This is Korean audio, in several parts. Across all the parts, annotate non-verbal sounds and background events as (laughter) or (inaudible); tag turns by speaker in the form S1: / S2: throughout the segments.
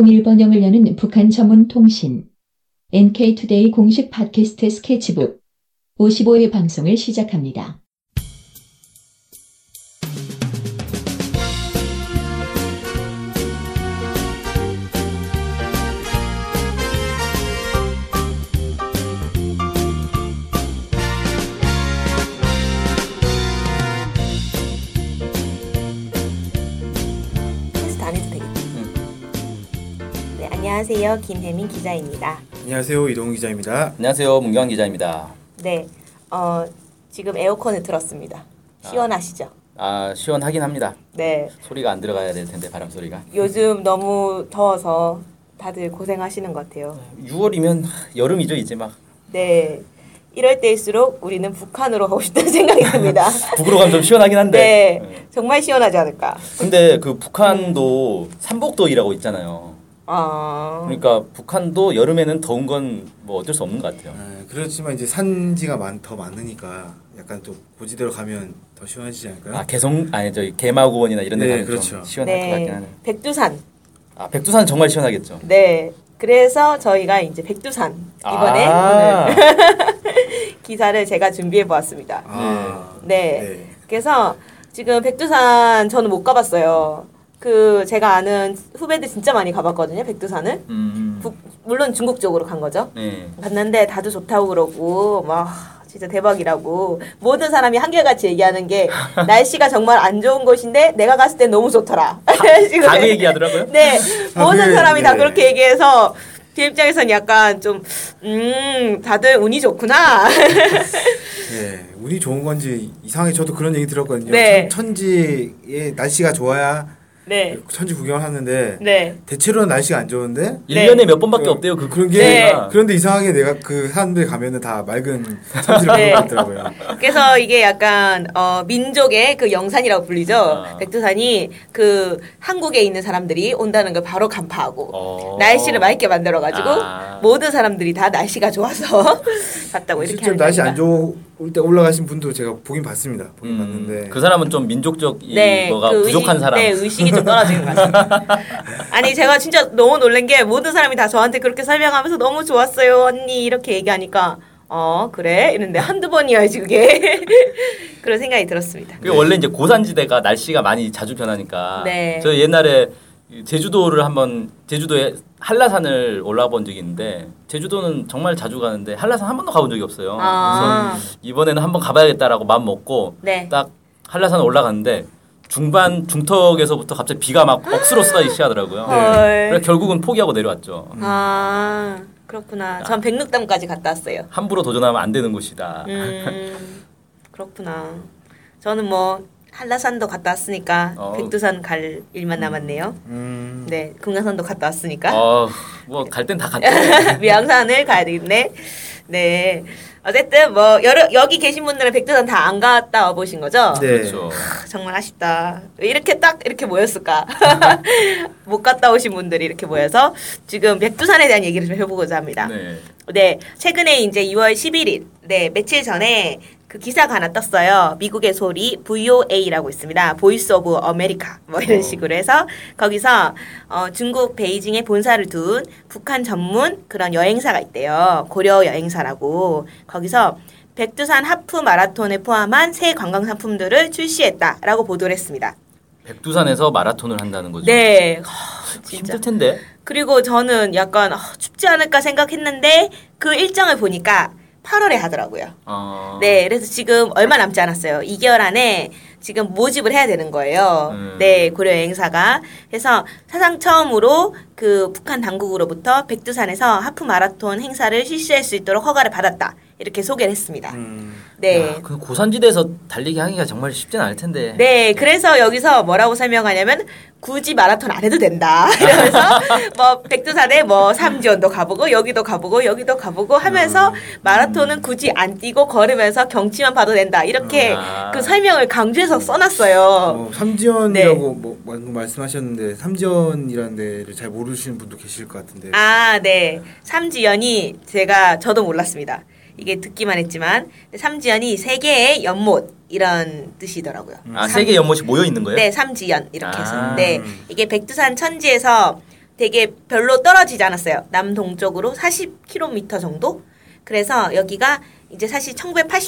S1: 통일번영을 여는 북한 전문 통신 NK투데이 공식 팟캐스트 스케치북 55회 방송을 시작합니다.
S2: 테스트 안 해도 되겠다. 네, 안녕하세요. 김혜민 기자입니다.
S3: 안녕하세요 이동훈 기자입니다.
S4: 안녕하세요, 문경환 기자입니다.
S2: 네, 어, 지금 에어컨을 틀었습니다. 시원하시죠?
S4: 아 시원하긴 합니다.
S2: 네,
S4: 소리가 안 들어가야 될 텐데 바람 소리가.
S2: 요즘 너무 더워서 다들 고생하시는 것 같아요.
S4: 6월이면 여름이죠 이제 막
S2: 네, 이럴 때일수록 우리는 북한으로 가고 싶다는 생각이 듭니다.
S4: 북으로 가면 좀 시원하긴 한데.
S2: 네, 정말 시원하지 않을까.
S4: 근데 그 북한도 삼복도이라고 있잖아요.
S2: 아,
S4: 그러니까 북한도 여름에는 더운 건 뭐 어쩔 수 없는 것 같아요.
S3: 아, 그렇지만 이제 산지가 많, 더 많으니까 약간 또 고지대로 가면 더 시원해지지 않을까요?
S4: 아 개성 아니 저기 개마고원이나 이런 데
S3: 네,
S4: 가면 좀
S3: 그렇죠.
S4: 시원할 것
S2: 네,
S4: 같긴 그러니까 하네.
S2: 백두산.
S4: 아 백두산 정말 시원하겠죠.
S2: 네, 그래서 저희가 이제 백두산 이번에
S4: 아,
S2: 오늘 기사를 제가 준비해 보았습니다.
S3: 아,
S2: 네. 그래서 지금 백두산 저는 못 가봤어요. 그 제가 아는 후배들 진짜 많이 가봤거든요. 백두산을
S4: 음,
S2: 북- 물론 중국 쪽으로 간 거죠.
S4: 네.
S2: 갔는데 다들 좋다고 그러고 막 진짜 대박이라고 모든 사람이 한결같이 얘기하는
S4: (laughs)
S2: 게 날씨가 정말 안 좋은 곳인데 내가 갔을 때 너무 좋더라. (laughs) 지금
S4: 다그 얘기하더라고요. 예.
S2: 네 모든
S3: 다들,
S2: 사람이 다
S3: 네.
S2: 그렇게 얘기해서 제 입장에선 약간 좀 음 다들 운이 좋구나. (laughs)
S3: 네. 운이 좋은 건지 이상하게 저도 그런 얘기 들었거든요.
S2: 네.
S3: 천, 천지에 날씨가 좋아야
S2: 네
S3: 천지 구경하는데
S2: 네.
S3: 대체로는 날씨가 안 좋은데
S4: 1년에 몇 번밖에
S3: 그-
S4: 없대요. 그 그런
S3: 게
S2: 네.
S3: 그런데 이상하게 내가 그 사람들 가면은 다 맑은 천지를
S2: 네.
S3: 보고 있더라고요.
S2: 그래서 이게 약간 어, 민족의 그 영산이라고 불리죠.
S4: 아.
S2: 백두산이 그 한국에 있는 사람들이 온다는 걸 바로 간파하고
S4: 어.
S2: 날씨를 맑게 만들어가지고
S4: 아.
S2: 모든 사람들이 다 날씨가 좋아서 (laughs) 갔다고 뭐 이렇게
S3: 실제로
S2: 하는
S3: 날씨
S2: 겁니다.
S3: 안 좋을 때 올라가신 분도 제가 보긴 봤습니다. 보긴
S4: 음,
S3: 봤는데
S4: 그 사람은 좀 민족적 이
S2: 네,
S4: 거가
S2: 그
S4: 부족한
S2: 의식,
S4: 사람.
S2: 네, 의식이 좀 떨어진 것 같아요.
S4: (laughs)
S2: 아니 제가 진짜 너무 놀란 게 모든 사람이 다 저한테 그렇게 설명하면서 너무 좋았어요 언니 이렇게 얘기하니까 어 그래 이런데 한두 번이어야지 그게 (laughs) 그런 생각이 들었습니다.
S4: 그게 원래 이제 고산지대가 날씨가 많이 자주 변하니까.
S2: 네.
S4: 저 옛날에 제주도를 한번 제주도에 한라산을 올라본 적이 있는데 제주도는 정말 자주 가는데 한라산 한 번도 가본 적이 없어요.
S2: 아.
S4: 그래서 이번에는 한번 가봐야겠다라고 마음 먹고
S2: 네.
S4: 딱 한라산 올라갔는데 중반 중턱에서부터 갑자기 비가 막 억수로 쏟아지기 시작하더라고요.
S2: 헐.
S4: 그래서 결국은 포기하고 내려왔죠.
S2: 아 그렇구나. 전 백록담까지 갔다 왔어요.
S4: 함부로 도전하면 안 되는 곳이다.
S2: 음 그렇구나. 저는 뭐 한라산도 갔다 왔으니까
S4: 어.
S2: 백두산 갈 일만 남았네요.
S3: 음,
S2: 네 금강산도 갔다 왔으니까 (laughs)
S4: 어, 뭐 갈 땐 다 갔죠.
S2: 미양산을 가야 되겠네. 네 어쨌든 뭐 여러, 여기 계신 분들은 백두산 다 안 갔다 와 보신 거죠?
S3: 네.
S4: 그렇죠.
S2: 크, 정말 아쉽다. 왜 이렇게 딱 이렇게 모였을까? (laughs) 못 갔다 오신 분들이 이렇게 모여서 지금 백두산에 대한 얘기를 좀 해보고자 합니다.
S4: 네.
S2: 네, 최근에 이제 2월 11일, 네, 며칠 전에 그 기사가 하나 떴어요. 미국의 소리 VOA라고 있습니다. 보이스 오브 아메리카 뭐 이런
S4: 어.
S2: 식으로 해서 거기서 어, 중국 베이징에 본사를 둔 북한 전문 그런 여행사가 있대요. 고려 여행사라고 거기서 백두산 하프 마라톤에 포함한 새 관광 상품들을 출시했다라고 보도를 했습니다.
S4: 백두산에서 마라톤을 한다는 거죠.
S2: 네, 허, 진짜.
S4: 힘들 텐데.
S2: 그리고 저는 약간 아, 춥지 않을까 생각했는데 그 일정을 보니까 8월에 하더라고요.
S4: 어...
S2: 네, 그래서 지금 얼마 남지 않았어요. 2개월 안에 지금 모집을 해야 되는 거예요.
S4: 음.
S2: 네, 고려 여행사가. 그래서 사상 처음으로 그 북한 당국으로부터 백두산에서 하프 마라톤 행사를 실시할 수 있도록 허가를 받았다. 이렇게 소개를 했습니다.
S3: 음.
S2: 네.
S4: 야, 그 고산지대에서 달리기 하기가 정말 쉽진 않을 텐데.
S2: 네, 그래서 여기서 뭐라고 설명하냐면 굳이 마라톤 안 해도 된다. (laughs) 이러면서 뭐 백두산에 뭐 삼지원도 가보고 여기도 가보고 여기도 가보고 하면서 마라톤은 굳이 안 뛰고 걸으면서 경치만 봐도 된다. 이렇게
S4: 아.
S2: 그 설명을 강조해서 써놨어요.
S3: 어, 삼지연이라고
S2: 네.
S3: 뭐, 방금 말씀하셨는데 삼지연이라는 데를 잘 모르시는 분도 계실 것 같은데
S2: 아, 네. 삼지연이 제가 저도 몰랐습니다. 이게 듣기만 했지만 삼지연이 세계의 연못 이런 뜻이더라고요.
S3: 네,
S4: 아, 세계 연못이 모여 있는 거예요?
S2: 네, 삼지연 이렇게 해서.
S4: 아.
S2: 네, 이게 백두산 천지에서 되게 별로 떨어지지 않았어요. 남동쪽으로 40km 정도? 그래서 여기가 이제 사실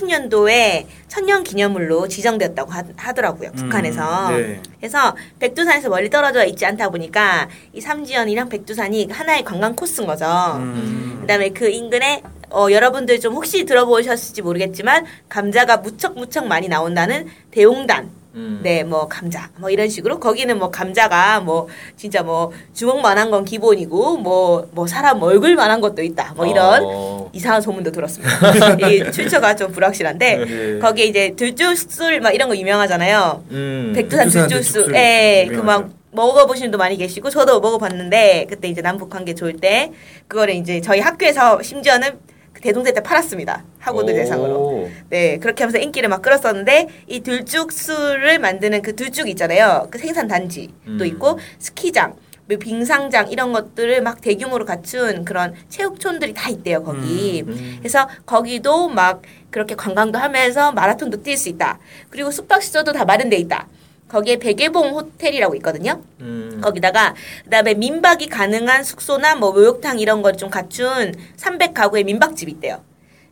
S2: 1980년도에 천년 기념물로 지정되었다고 하, 하더라고요. 북한에서.
S3: 네.
S2: 그래서 백두산에서 멀리 떨어져 있지 않다 보니까 이 삼지연이랑 백두산이 하나의 관광 코스인 거죠.
S3: 음.
S2: 그다음에 그 인근에 어, 여러분들 좀 혹시 들어보셨을지 모르겠지만 감자가 무척 무척 많이 나온다는 대용단,
S4: 음.
S2: 네 뭐 감자 뭐 이런 식으로 거기는 뭐 감자가 뭐 진짜 뭐 주먹만한 건 기본이고 뭐 뭐 사람 얼굴만한 것도 있다 뭐 이런
S4: 어.
S2: 이상한 소문도 들었습니다. (laughs) 이 출처가 좀 불확실한데
S3: 네.
S2: 거기에 이제 들쭉술 막 이런 거 유명하잖아요.
S4: 음.
S2: 백두산
S3: 백두산
S2: 들쭉수,
S3: 들쭉술
S2: 예,
S3: 유명하죠.
S2: 그 막 먹어보신 분도 많이 계시고 저도 먹어봤는데 그때 이제 남북 관계 좋을 때 그거를 이제 저희 학교에서 심지어는 그 대동제 때 팔았습니다 학우들
S4: 오.
S2: 대상으로 네 그렇게 하면서 인기를 막 끌었었는데 이 들쭉수를 만드는 그 들쭉 있잖아요 그 생산 단지도
S4: 음.
S2: 있고 스키장 그리고 빙상장 이런 것들을 막 대규모로 갖춘 그런 체육촌들이 다 있대요 거기
S4: 음.
S2: 그래서 거기도 막 그렇게 관광도 하면서 마라톤도 뛸 수 있다. 그리고 숙박시설도 다 마련돼 있다. 거기에 백예봉 호텔이라고 있거든요.
S4: 음.
S2: 거기다가 그다음에 민박이 가능한 숙소나 뭐 목욕탕 이런 걸 좀 갖춘 300가구의 민박집이 있대요.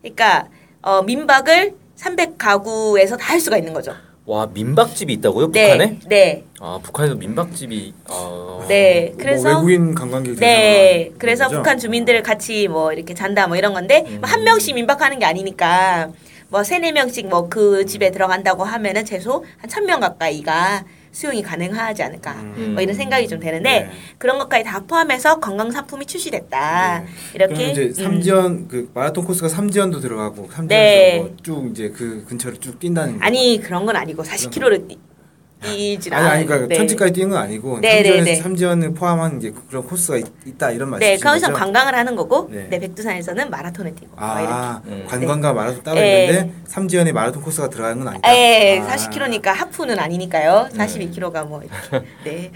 S2: 그러니까 어 민박을 300가구에서 다 할 수가 있는 거죠.
S4: 와 민박집이 있다고요?
S2: 네.
S4: 북한에?
S2: 네.
S4: 아 북한에서 민박집이. 아.
S2: 네.
S3: 뭐
S2: 그래서
S3: 외국인 관광객
S2: 네.
S3: 대상으로
S2: 그래서
S3: 하는 거죠? 음.
S2: 북한 주민들을 같이 뭐 이렇게 잔다 뭐 이런 건데 뭐한 명씩 민박하는 게 아니니까 뭐 세네 명씩 뭐 그 집에 들어간다고 하면은 최소 한 천 명 가까이가 수용이 가능하지 않을까.
S3: 음.
S2: 뭐 이런 생각이 좀 되는데
S3: 네.
S2: 그런 것까지 다 포함해서 관광 상품이 출시됐다.
S3: 네.
S2: 이렇게
S3: 그럼 이제
S2: 음.
S3: 삼지연 그 마라톤 코스가 삼지연도 들어가고 삼지연에서
S2: 네.
S3: 뭐쭉 이제 그 근처를 쭉 뛴다는 거.
S2: 아니 그런 건 아니고 40km를 뛰질
S3: 아니
S2: 않아요.
S3: 아니 그러니까
S2: 네.
S3: 천지까지 뛰는 건 아니고
S2: 네,
S3: 삼지연에서
S2: 네, 네.
S3: 삼지연을 포함한 이제 그런 코스가 있, 다 이런
S2: 네,
S3: 말씀이죠.
S2: 거기서 관광을 하는 거고, 네,
S3: 네.
S2: 백두산에서는 마라톤을 뛰고. 뭐 이렇게.
S3: 아,
S4: 이렇게. 음.
S3: 관광과 마라톤 따로
S2: 네.
S3: 있는데 삼지연의 마라톤 코스가 들어가는 건 아니다.
S2: 에,
S3: 아. 네.
S2: 40km니까 하프는 아니니까요. 42km가 뭐 이렇게. 네.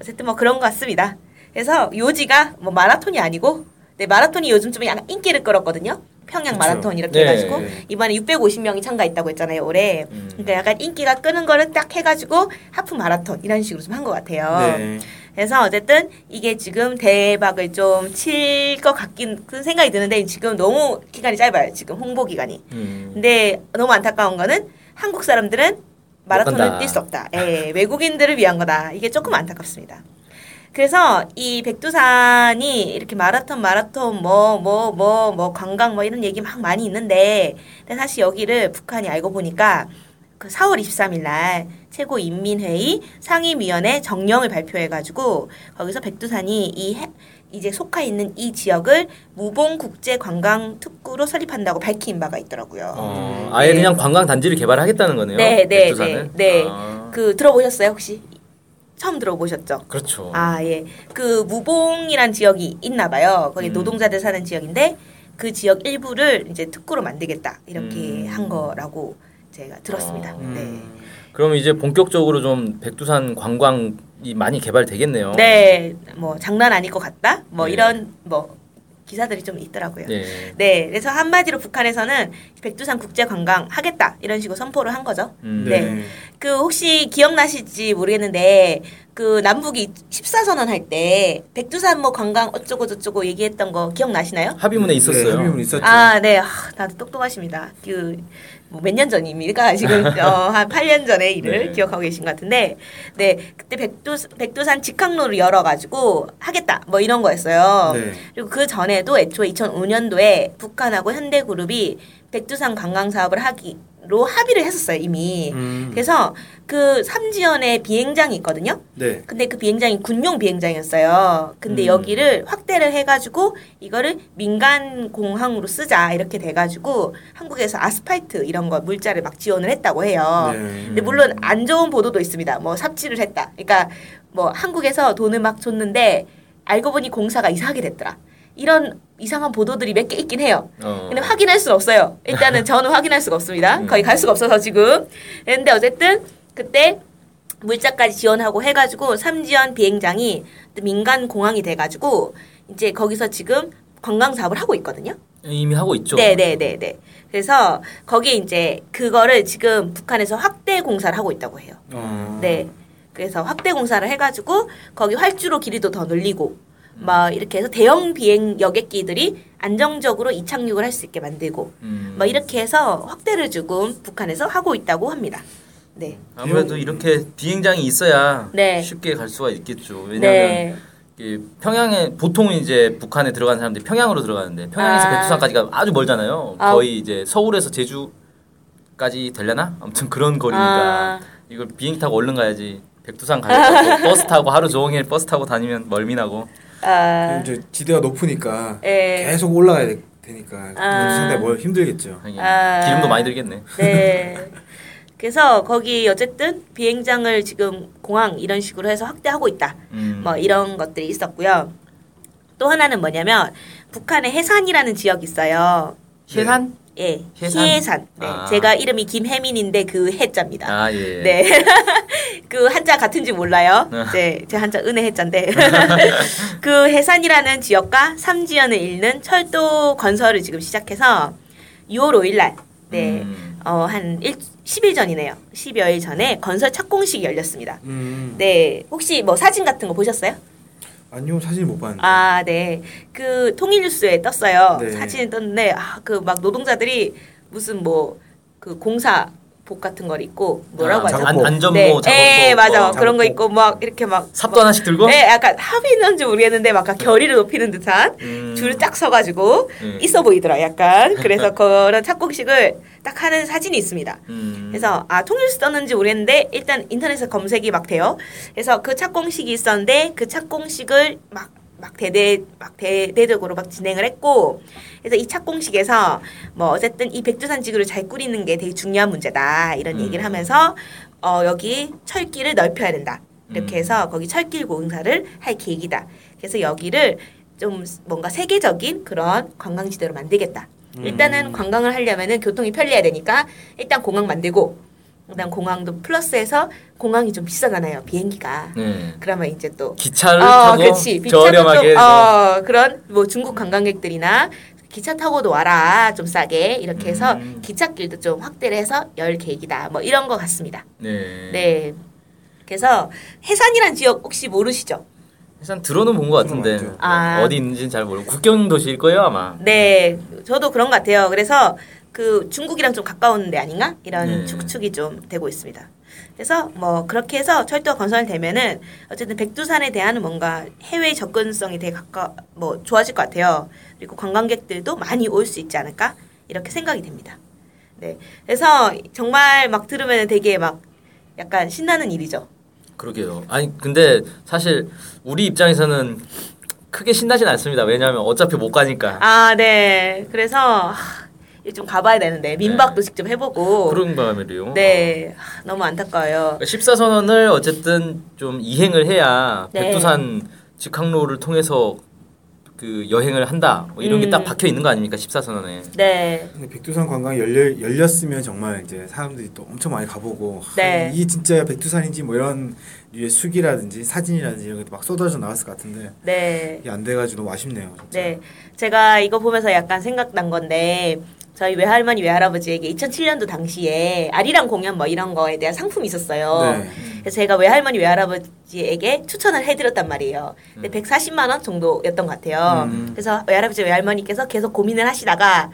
S2: 어쨌든 뭐 그런 것 같습니다. 그래서 요지가 뭐 마라톤이 아니고, 네, 마라톤이 요즘 좀 약간 인기를 끌었거든요. 평양
S3: 그쵸.
S2: 마라톤 이렇게
S4: 네.
S2: 해가지고 이번에 650명이 참가했다고 했잖아요 올해.
S4: 음.
S2: 그러니까 약간 인기가 끄는 거를 딱 해가지고 하프 마라톤 이런 식으로 좀 한 것 같아요.
S3: 네.
S2: 그래서 어쨌든 이게 지금 대박을 좀 칠 것 같긴 그 생각이 드는데 지금 너무 기간이 짧아요. 지금 홍보 기간이.
S4: 음.
S2: 근데 너무 안타까운 거는 한국 사람들은 마라톤을
S4: 간다.
S2: 뛸 수 없다. 예, 외국인들을 위한 거다. 이게 조금 안타깝습니다. 그래서 이 백두산이 이렇게 마라톤, 마라톤, 뭐, 뭐, 뭐, 뭐, 관광 뭐 이런 얘기 막 많이 있는데, 근데 사실 여기를 북한이 알고 보니까 그 4월 23일 날 최고인민회의 상임위원회 정령을 발표해가지고 거기서 백두산이 이 해- 이제 속하 있는 이 지역을 무봉 국제 관광 특구로 설립한다고 밝힌 바가 있더라고요.
S4: 어, 아예
S2: 네.
S4: 그냥 관광 단지를 개발하겠다는 거네요.
S2: 네, 네,
S4: 백두산을?
S2: 네, 네.
S4: 아,
S2: 그 들어보셨어요 혹시? 처음 들어보셨죠?
S4: 그렇죠.
S2: 아 예, 그 무봉이란 지역이 있나봐요. 거기
S4: 음.
S2: 노동자들 사는 지역인데 그 지역 일부를 이제 특구로 만들겠다 이렇게
S4: 음.
S2: 한 거라고 제가 들었습니다.
S4: 아.
S2: 네.
S3: 음.
S4: 그럼 이제 본격적으로 좀 백두산 관광이 많이 개발되겠네요.
S2: 네, 뭐 장난 아닐 것 같다. 뭐
S4: 어. 네.
S2: 이런 뭐 기사들이 좀 있더라고요. 네.
S4: 네.
S2: 그래서 한마디로 북한에서는 백두산 국제 관광 하겠다 이런 식으로 선포를 한 거죠.
S4: 음.
S2: 네. 그 혹시 기억나실지 모르겠는데 그 남북이 14선언 할 때 백두산 뭐 관광 어쩌고 저쩌고 얘기했던 거 기억나시나요?
S4: 합의문에
S3: 네,
S4: 있었어요.
S3: 합의문 있었죠.
S2: 아, 네. 아, 나도 똑똑하십니다. 그, 뭐 몇 년 전입니까?
S3: (laughs)
S2: 지금, 어, 한 8년 전의 일을
S4: 네.
S2: 기억하고 계신 것 같은데, 네. 그때 백두, 백두산 직항로를 열어가지고 하겠다. 뭐 이런 거였어요.
S3: 네.
S2: 그리고 그 전에도 애초에 2005년도에 북한하고 현대그룹이 백두산 관광 사업을 하기로 합의를 했었어요, 이미.
S3: 음.
S2: 그래서 그 삼지연에 비행장이 있거든요.
S3: 네.
S2: 근데 그 비행장이 군용 비행장이었어요. 근데
S4: 음.
S2: 여기를 확대를 해가지고 이거를 민간 공항으로 쓰자 이렇게 돼가지고 한국에서 아스팔트 이런 거 물자를 막 지원을 했다고 해요.
S3: 네.
S2: 근데 물론 안 좋은 보도도 있습니다. 뭐 삽질을 했다. 그러니까 뭐 한국에서 돈을 막 줬는데 알고 보니 공사가 이상하게 됐더라. 이런 이상한 보도들이 몇 개 있긴 해요.
S3: 네.
S4: 어.
S2: 근데 확인할 수는 없어요. 일단은 저는 확인할 수가 없습니다.
S4: 음.
S2: 거의 갈 수가 없어서 지금. 근데 어쨌든 그때 물자까지 지원하고 해가지고 삼지연 비행장이 또 민간 공항이 돼가지고 이제 거기서 지금 관광 사업을 하고 있거든요.
S4: 예, 이미 하고 있죠.
S2: 네네네네. 그래서 거기에 이제 그거를 지금 북한에서 확대 공사를 하고 있다고 해요.
S3: 어.
S2: 네. 그래서 확대 공사를 해가지고 거기 활주로 길이도 더 늘리고 막 이렇게 해서 대형 비행 여객기들이 안정적으로 이착륙을 할 수 있게 만들고
S4: 음.
S2: 막 이렇게 해서 확대를 조금 북한에서 하고 있다고 합니다. 네.
S3: 음.
S4: 아무래도 이렇게 비행장이 있어야
S2: 네.
S4: 쉽게 갈 수가 있겠죠. 왜냐하면
S2: 네.
S4: 이 평양에 보통 이제 북한에 들어가는 사람들이 평양으로 들어가는데 평양에서
S2: 아.
S4: 백두산까지가 아주 멀잖아요.
S2: 아.
S4: 거의 이제 서울에서 제주까지 되려나? 아무튼 그런 거리니까
S2: 아.
S4: 이걸 비행 타고 얼른 가야지.
S2: (laughs)
S4: 백두산 가려고 버스 타고 하루 종일 버스 타고 다니면 멀미나고
S2: 아,
S3: 이제 지대가 높으니까
S2: 예.
S3: 계속 올라가야 되- 되니까
S2: 아.
S3: 상당히 멀 힘들겠죠.
S4: 당연히
S2: 아.
S4: 기름도 많이 들겠네.
S2: 네. 그래서 거기 어쨌든 비행장을 지금 공항 이런 식으로 해서 확대하고 있다.
S4: 음.
S2: 뭐 이런 것들이 있었고요. 또 하나는 뭐냐면 북한의 해산이라는 지역이 있어요.
S4: 해산?
S2: 예,
S4: 해산?
S2: 해산. 네,
S4: 아.
S2: 제가 이름이 김혜민인데 그 해자입니다.
S4: 아 예.
S2: 네. (laughs) 그 한자 같은지 몰라요.
S4: 네.
S2: 제, 제 한자 은혜
S4: (laughs)
S2: 해자인데. (laughs) 그 해산이라는 지역과 삼지연을 잇는 철도 건설을 지금 시작해서 6월 5일날, 네.
S4: 음.
S2: 어, 한 일, 10일 전이네요. 10여일 전에 건설 착공식이 열렸습니다.
S3: 음.
S2: 네. 혹시 뭐 사진 같은 거 보셨어요?
S3: 아니요 사진 못 봤는데.
S2: 아, 네. 그 통일뉴스에 떴어요.
S3: 네.
S2: 사진이 떴는데 아, 그 막 노동자들이 무슨 뭐 그 공사 복 같은 걸 입고 뭐라고
S4: 아,
S2: 하죠?
S3: 작업-
S4: 안, 안전모
S2: 네,
S4: 작업복.
S2: 예, 맞아.
S4: 어.
S2: 그런 거
S3: 작업복.
S2: 입고 막 이렇게 막
S4: 삽도 하나씩 들고.
S2: 막, 예, 약간 합의는지 모르겠는데 막 약간 결의를 높이는 듯한
S4: 음.
S2: 줄을 딱 서가지고
S4: 네.
S2: 있어 보이더라. 약간
S4: (laughs)
S2: 그래서 그런 착곡식을 딱 하는 사진이 있습니다.
S4: 음.
S2: 그래서 아 통일수 떴는지 모르겠는데 일단 인터넷에 검색이 막 돼요. 그래서 그 착공식이 있었는데 그 착공식을 막 막 대대 막 대대적으로 막 진행을 했고 그래서 이 착공식에서 뭐 어쨌든 이 백두산 지구를 잘 꾸리는 게 되게 중요한 문제다 이런
S4: 음.
S2: 얘기를 하면서 어 여기 철길을 넓혀야 된다 이렇게
S4: 음.
S2: 해서 거기 철길 공사를 할 계획이다 그래서 여기를 좀 뭔가 세계적인 그런 관광지대로 만들겠다
S4: 음.
S2: 일단은 관광을 하려면은 교통이 편리해야 되니까 일단 공항 만들고 그다음 공항도 플러스해서 공항이 좀 비싸잖아요 비행기가
S4: 네.
S2: 그러면 이제 또
S4: 기차를
S2: 어,
S4: 타고
S2: 그렇지. 기차
S4: 저렴하게
S2: 좀,
S4: 해서
S2: 어, 그런 뭐 중국 관광객들이나 기차 타고도 와라 좀 싸게 이렇게 해서
S4: 음.
S2: 기찻길도 좀 확대를 해서 열 계획이다 뭐 이런 것 같습니다.
S4: 네.
S2: 네. 그래서 해산이란 지역 혹시 모르시죠?
S4: 일단 들어는 본 것 같은데
S3: 들어봤죠.
S2: 아.
S4: 어디 있는지는 잘 모르고 국경 도시일 거예요 아마.
S2: 네, 저도 그런 것 같아요. 그래서 그 중국이랑 좀 가까운 데 아닌가 이런
S4: 네.
S2: 축축이 좀 되고 있습니다. 그래서 뭐 그렇게 해서 철도 가 건설되면은 어쨌든 백두산에 대한 뭔가 해외 접근성이 되게 가까 뭐 좋아질 것 같아요. 그리고 관광객들도 많이 올 수 있지 않을까 이렇게 생각이 됩니다. 네, 그래서 정말 막 들으면 되게 막 약간 신나는 일이죠.
S4: 그러게요. 아니 근데 사실 우리 입장에서는 크게 신나진 않습니다. 왜냐하면 어차피 못 가니까.
S2: 아, 네. 그래서 하, 좀 가봐야 되는데 민박도 직접 해보고
S4: 그런 마음이래요.
S2: 뭐. 네, 하, 너무 안타까워요.
S4: 14선언을 어쨌든 좀 이행을 해야
S2: 네.
S4: 백두산 직항로를 통해서 그 여행을 한다. 뭐 이런
S2: 음.
S4: 게 딱 박혀 있는 거 아닙니까? 14선언에.
S2: 네,
S3: 근데 백두산 관광이 열려, 열렸으면 정말 이제 사람들이 또 엄청 많이 가보고 하,
S2: 네.
S3: 이게 진짜 백두산인지 뭐 이런 류의 숙이라든지 사진이라든지 이런 게 막 쏟아져 나왔을 것 같은데
S2: 네,
S3: 이게 안 돼가지고 너무 아쉽네요. 진짜.
S2: 네. 제가 이거 보면서 약간 생각난 건데 저희 외할머니 외할아버지에게 2007년도 당시에 아리랑 공연 뭐 이런 거에 대한 상품이 있었어요.
S3: 네.
S2: 그래서 제가 외할머니 외할아버지에게 추천을 해드렸단 말이에요. 근데 140만 원 정도였던 것 같아요.
S3: 음.
S2: 그래서 외할아버지 외할머니께서 계속 고민을 하시다가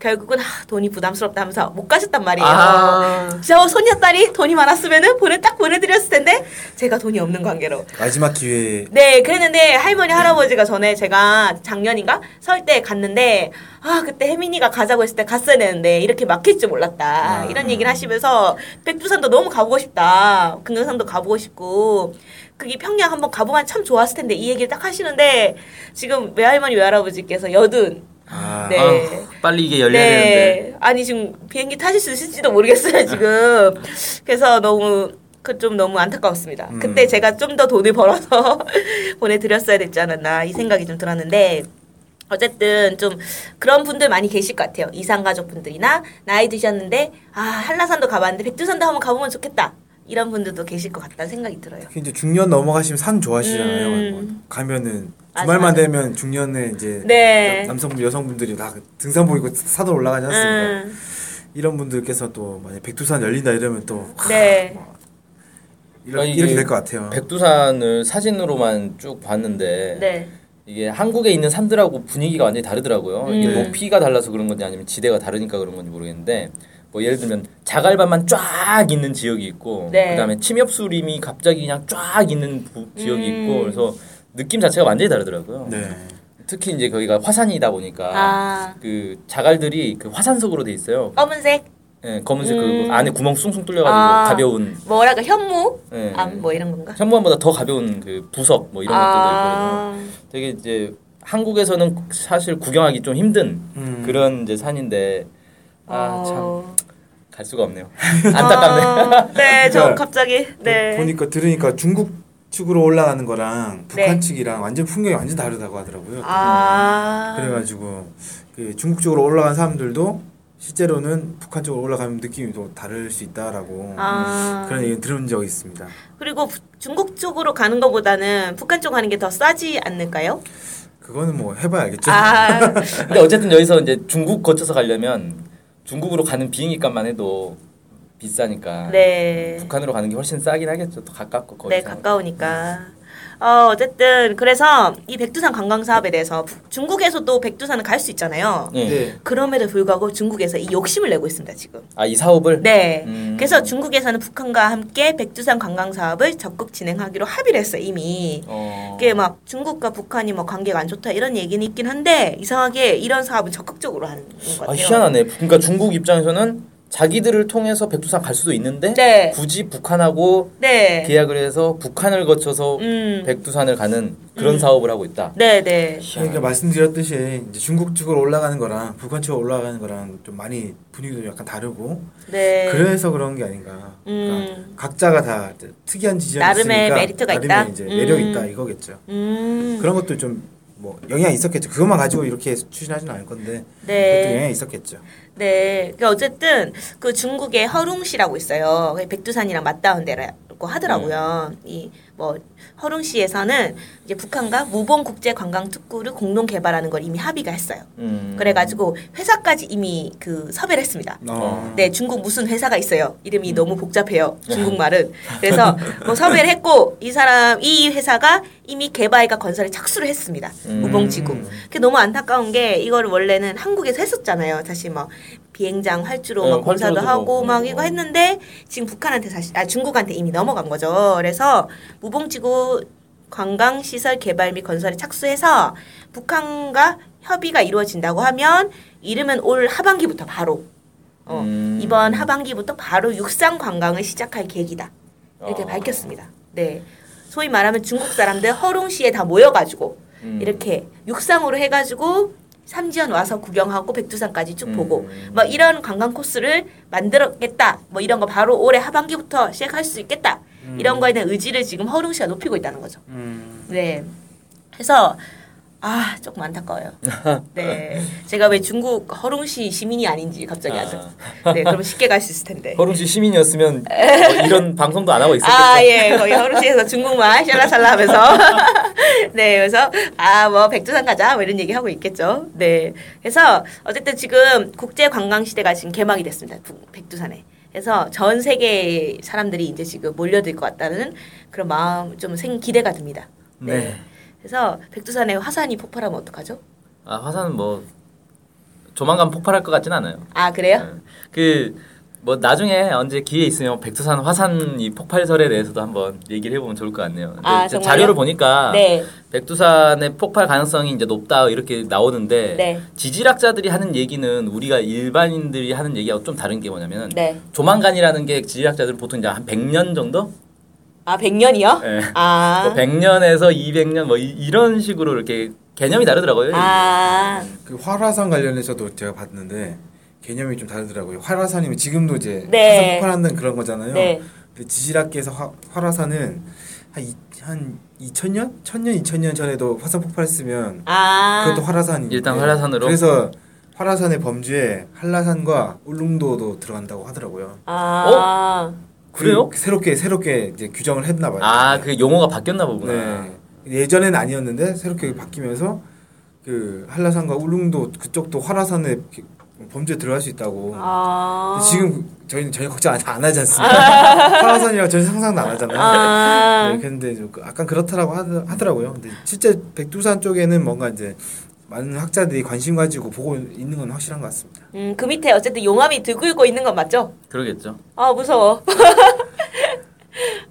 S2: 결국은 하, 돈이 부담스럽다 하면서 못 가셨단 말이에요.
S4: 아.
S2: 저 손녀딸이 돈이 많았으면은 보내 딱 보내드렸을 텐데 제가 돈이 없는 관계로
S3: 마지막 기회에
S2: 네, 그랬는데 할머니 할아버지가 전에 제가 작년인가 설 때 갔는데 아 그때 혜민이가 가자고 했을 때 갔어야 되는데 이렇게 막힐 줄 몰랐다
S3: 아.
S2: 이런 얘기를 하시면서 백두산도 너무 가보고 싶다 금강산도 가보고 싶고 그게 평양 한번 가보면 참 좋았을 텐데 이 얘기를 딱 하시는데 지금 외할머니 외할아버지께서 여든
S3: 아,
S2: 네.
S4: 아, 빨리 이게 열려야 되는데. 아.
S2: 네. 아니 지금 비행기 타실 수 있을지도 모르겠어요 지금. 그래서 너무 그 좀 너무 안타까웠습니다.
S3: 음.
S2: 그때 제가 좀 더 돈을 벌어서 (laughs) 보내드렸어야 됐지 않았나 이 생각이 좀 들었는데. 어쨌든 좀 그런 분들 많이 계실 것 같아요. 이상 가족분들이나 나이 드셨는데 아 한라산도 가봤는데 백두산도 한번 가보면 좋겠다 이런 분들도 계실 것 같다는 생각이 들어요.
S3: 특히 이제 중년 넘어가시면 산 좋아하시잖아요.
S2: 음.
S3: 뭐 가면은
S2: 맞아,
S3: 주말만
S2: 맞아.
S3: 되면 중년에 이제
S2: 네.
S3: 남성분 여성분들이 다 등산복 입고 산을 올라가지 않습니까?
S2: 음,
S3: 이런 분들께서 또 만약 백두산 열린다 이러면 또
S2: 네.
S3: 이렇게,
S4: 아니,
S3: 이렇게
S4: 이게
S3: 될 것 같아요.
S4: 백두산을 사진으로만 쭉 봤는데
S2: 네.
S4: 이게 한국에 있는 산들하고 분위기가 완전히 다르더라고요. 이게
S2: 음.
S4: 높이가 달라서 그런 건지 아니면 지대가 다르니까 그런 건지 모르겠는데 뭐 예를 들면 자갈밭만 쫙 있는 지역이 있고
S2: 네.
S4: 그다음에 침엽수림이 갑자기 그냥 쫙 있는 부- 지역이 있고
S2: 음.
S4: 그래서 느낌 자체가 완전히 다르더라고요.
S3: 네.
S4: 특히 이제 거기가 화산이다 보니까
S2: 아,
S4: 그 자갈들이 그 화산석으로 돼 있어요.
S2: 검은색
S4: 예, 검은색
S2: 음.
S4: 그 안에 구멍 숭숭 뚫려가지고
S2: 아.
S4: 가벼운
S2: 뭐랄까 현무
S4: 예,
S2: 암 뭐 이런 건가?
S4: 현무암보다 더 가벼운 그 부석 뭐 이런 것들도 있고
S2: 아,
S4: 그래서 되게 이제 한국에서는 사실 구경하기 좀 힘든
S3: 음.
S4: 그런 이제 산인데 아
S2: 어.
S4: 참 갈 수가 없네요 안타깝네
S2: 아, (laughs) 네, 저
S3: 그러니까
S2: 갑자기 네.
S3: 보니까 들으니까 중국 측으로 올라가는 거랑 북한
S2: 네.
S3: 측이랑 완전 풍경이 완전 다르다고 하더라고요.
S2: 아,
S3: 그래가지고 그 중국 쪽으로 올라간 사람들도 실제로는 북한 쪽으로 올라가면 느낌이 또 다를 수 있다라고
S2: 아.
S3: 음, 그런 얘기 들은 적이 있습니다.
S2: 그리고 부- 중국 쪽으로 가는 것보다는 북한 쪽 가는 게 더 싸지 않을까요?
S3: 그거는 뭐 해봐야 알겠죠.
S2: 아,
S3: (laughs)
S4: 근데 어쨌든 여기서 이제 중국 거쳐서 가려면 중국으로 가는 비행기 값만 해도 비싸니까
S2: 네.
S4: 북한으로 가는 게 훨씬 싸긴 하겠죠 또 가깝고 거기
S2: 네, 가까우니까. 어, 어쨌든 그래서 이 백두산 관광 사업에 대해서 북- 중국에서도 백두산을 갈 수 있잖아요.
S4: 예.
S3: 네.
S2: 그럼에도 불구하고 중국에서 이 욕심을 내고 있습니다, 지금.
S4: 아이 사업을
S2: 네.
S4: 음.
S2: 그래서 중국에서는 북한과 함께 백두산 관광 사업을 적극 진행하기로 합의를 했어요, 이미.
S4: 어.
S2: 이게 막 중국과 북한이 뭐 관계가 안 좋다 이런 얘기는 있긴 한데 이상하게 이런 사업은 적극적으로 하는 것 같아요.
S4: 아, 희한하네. 그러니까 중국 입장에서는 자기들을 통해서 백두산 갈 수도 있는데
S2: 네.
S4: 굳이 북한하고
S2: 네.
S4: 계약을 해서 북한을 거쳐서
S2: 음.
S4: 그 백두산을 가는 그런 사업을 하고 있다.
S2: 네, 네.
S3: 그러니까 말씀드렸듯이 이제 중국 쪽으로 올라가는 거랑 북한 쪽으로 올라가는 거랑 좀 많이 분위기도 약간 다르고
S2: 네.
S3: 그래서 그런 게 아닌가. 그러니까
S2: 음.
S3: 각자가 다 이제 특이한 지점이
S2: 나름의
S3: 있으니까
S2: 메리트가
S3: 나름의
S2: 있다?
S3: 이제
S2: 음.
S3: 매력이 있다 이거겠죠.
S2: 음.
S3: 그런 것도 좀 뭐 영향이 있었겠죠. 그것만 가지고 이렇게 추진하지는 않을 건데 그것도
S2: 네.
S3: 영향이 있었겠죠.
S2: 네. 그 어쨌든 그 중국의 허룽시라고 있어요. 그게 백두산이랑 맞닿은 데라고 하더라고요.
S4: 음.
S2: 이 뭐 허룽시에서는 이제 북한과 무봉 국제 관광 특구를 공동 개발하는 걸 이미 합의가 했어요.
S4: 음.
S2: 그래가지고 회사까지 이미 그 섭외를 했습니다.
S3: 어.
S2: 네, 중국 무슨 회사가 있어요. 이름이 너무 복잡해요. 중국말은. 그래서 뭐 섭외를 했고 이 사람 이 회사가 이미 개발과 건설에 착수를 했습니다.
S4: 음.
S2: 우봉지구. 그게 너무 안타까운 게 이걸 원래는 한국에서 했었잖아요. 사실 뭐 비행장 활주로
S4: 네,
S2: 막 공사도
S4: 활주로도
S2: 하고
S4: 뭐
S2: 막
S4: 그런
S2: 이거
S4: 거.
S2: 했는데 지금 북한한테 사실 아 중국한테 이미 넘어간 거죠. 그래서 무봉지구 관광 시설 개발 및 건설에 착수해서 북한과 협의가 이루어진다고 하면 이르면 올 하반기부터 바로 어,
S4: 음.
S2: 이번 하반기부터 바로 육상 관광을 시작할 계획이다. 이렇게
S4: 아.
S2: 밝혔습니다. 네. 소위 말하면 중국 사람들 허롱시에 다 모여가지고
S4: 음.
S2: 이렇게 육상으로 해가지고 삼지연 와서 구경하고 백두산까지 쭉
S4: 음.
S2: 보고 뭐 이런 관광 코스를 만들었겠다. 뭐 이런 거 바로 올해 하반기부터 시작할 수 있겠다. 이런 거에 대한 의지를 지금 허롱시가 높이고 있다는 거죠.
S3: 음.
S2: 네. 그래서 아 조금 안타까워요. 네. 제가 왜 중국 허롱시 시민이 아닌지 갑자기 알았 네. 그럼 쉽게 갈 수 있을
S4: (laughs)
S2: 텐데.
S4: 허룽씨 시민이었으면 뭐
S2: (laughs)
S4: 이런 방송도 안 하고 있었겠죠.
S2: 아, 예. 거기 허루시에서 중국말 샬라샬라 하면서. 네. 그래서, 아, 뭐, 백두산 가자. 뭐 이런 얘기 하고 있겠죠. 네. 그래서, 어쨌든 지금 국제관광시대가 지금 개막이 됐습니다. 부- 백두산에. 그래서 전 세계 사람들이 이제 지금 몰려들 것 같다는 그런 마음, 좀 생, 기대가 듭니다. 네.
S4: 네.
S2: 그래서 백두산에 화산이 폭발하면 어떡하죠?
S4: 아 화산은 뭐 조만간 폭발할 것 같진 않아요.
S2: 아, 그래요?
S4: 그 뭐 나중에 언제 기회 있으면 백두산 화산 이 폭발설에 대해서도 한번 얘기를 해보면 좋을 것 같네요. 근데
S2: 아,
S4: 이제
S2: 정말요?
S4: 자료를 보니까
S2: 네.
S4: 백두산의 폭발 가능성이 이제 높다 이렇게 나오는데
S2: 네.
S4: 지질학자들이 하는 얘기는 우리가 일반인들이 하는 얘기하고 좀 다른 게 뭐냐면
S2: 네.
S4: 조만간이라는 게 지질학자들은 보통 이제 한 100년 정도?
S2: 아, 100년이요?
S4: 예.
S2: 아.
S4: 뭐 100년에서 200년 뭐 이, 런 식으로 이렇게 개념이 다르더라고요.
S2: 아.
S3: 그 활화산 관련해서도 제가 봤는데 개념이 좀 다르더라고요. 활화산이면 지금도 이제
S2: 네.
S3: 화산 폭발한다는 그런 거잖아요.
S2: 네.
S3: 근데 지질학계에서 화, 활화산은 한, 이, 한 2000년? 1000년, 2000년 전에도 화산 폭발했으면
S2: 아.
S3: 그것도 활화산이
S4: 일단 활화산으로?
S3: 그래서 활화산의 범주에 한라산과 울릉도도 들어간다고 하더라고요.
S2: 아.
S4: 그래요?
S3: 그- 새롭게 새롭게 이제 규정을 했나 봐요.
S4: 아, 그 용어가 바뀌었나 보구나.
S3: 네. 예전엔 아니었는데 새롭게 바뀌면서 그 한라산과 울릉도 그쪽도 활화산에 범죄 들어갈 수 있다고.
S2: 아.
S3: 근데 지금 저희는 전혀 걱정 안, 안 하지 (laughs) 않습니까? 한라산이라고 저희 상상도 안 하잖아요.
S2: 아.
S3: 네, 근데 좀 약간 그렇다라고 하더- 하더라고요. 근데 실제 백두산 쪽에는 뭔가 이제 많은 학자들이 관심 가지고 보고 있는 건 확실한 것 같습니다.
S2: 음, 그 밑에 어쨌든 용암이 들끓고 있는 건 맞죠?
S4: 그러겠죠.
S2: 아, 무서워. (laughs)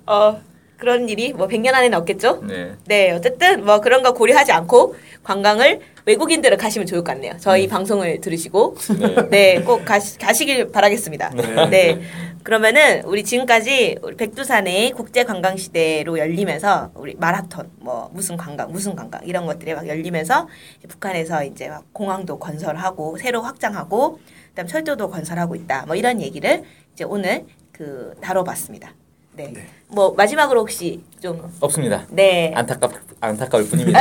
S2: 어, 그런 일이 뭐 100년 안에는 없겠죠?
S4: 네.
S2: 네, 어쨌든 뭐 그런 거 고려하지 않고 관광을 외국인들은 가시면 좋을 것 같네요. 저희 방송을 들으시고
S4: 네.
S2: 네, 꼭 가시, 가시길 바라겠습니다.
S3: 네.
S2: 네. 그러면은 우리 지금까지 우리 백두산의 국제 관광 시대로 열리면서 우리 마라톤 뭐 무슨 관광 무슨 관광 이런 것들이 막 열리면서 북한에서 이제 막 공항도 건설하고 새로 확장하고 그다음 철도도 건설하고 있다. 뭐 이런 얘기를 이제 오늘 그 다뤄봤습니다. 네.
S3: 네.
S2: 뭐 마지막으로 혹시 좀
S4: (laughs) 없습니다.
S2: 네.
S4: 안타깝 (laughs) 안타까울 뿐입니다.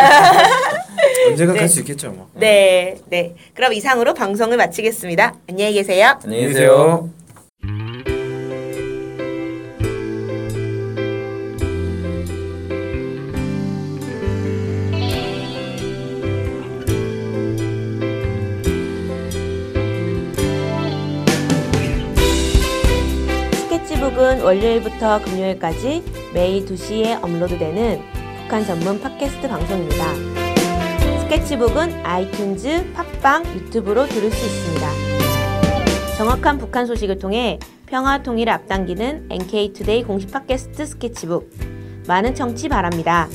S3: 언젠가
S2: 네.
S3: 갈 수 있겠죠, 뭐.
S2: 네, 네. 그럼 이상으로 방송을 마치겠습니다. 안녕히 계세요.
S4: 안녕히 계세요.
S2: 스케치북은 월요일부터 금요일까지 매일 2시에 업로드되는 북한 전문 팟캐스트 방송입니다. 스케치북은 아이튠즈, 팟빵, 유튜브로 들을 수 있습니다. 정확한 북한 소식을 통해 평화 통일을 앞당기는 NK투데이 공식 팟캐스트 스케치북 많은 청취 바랍니다.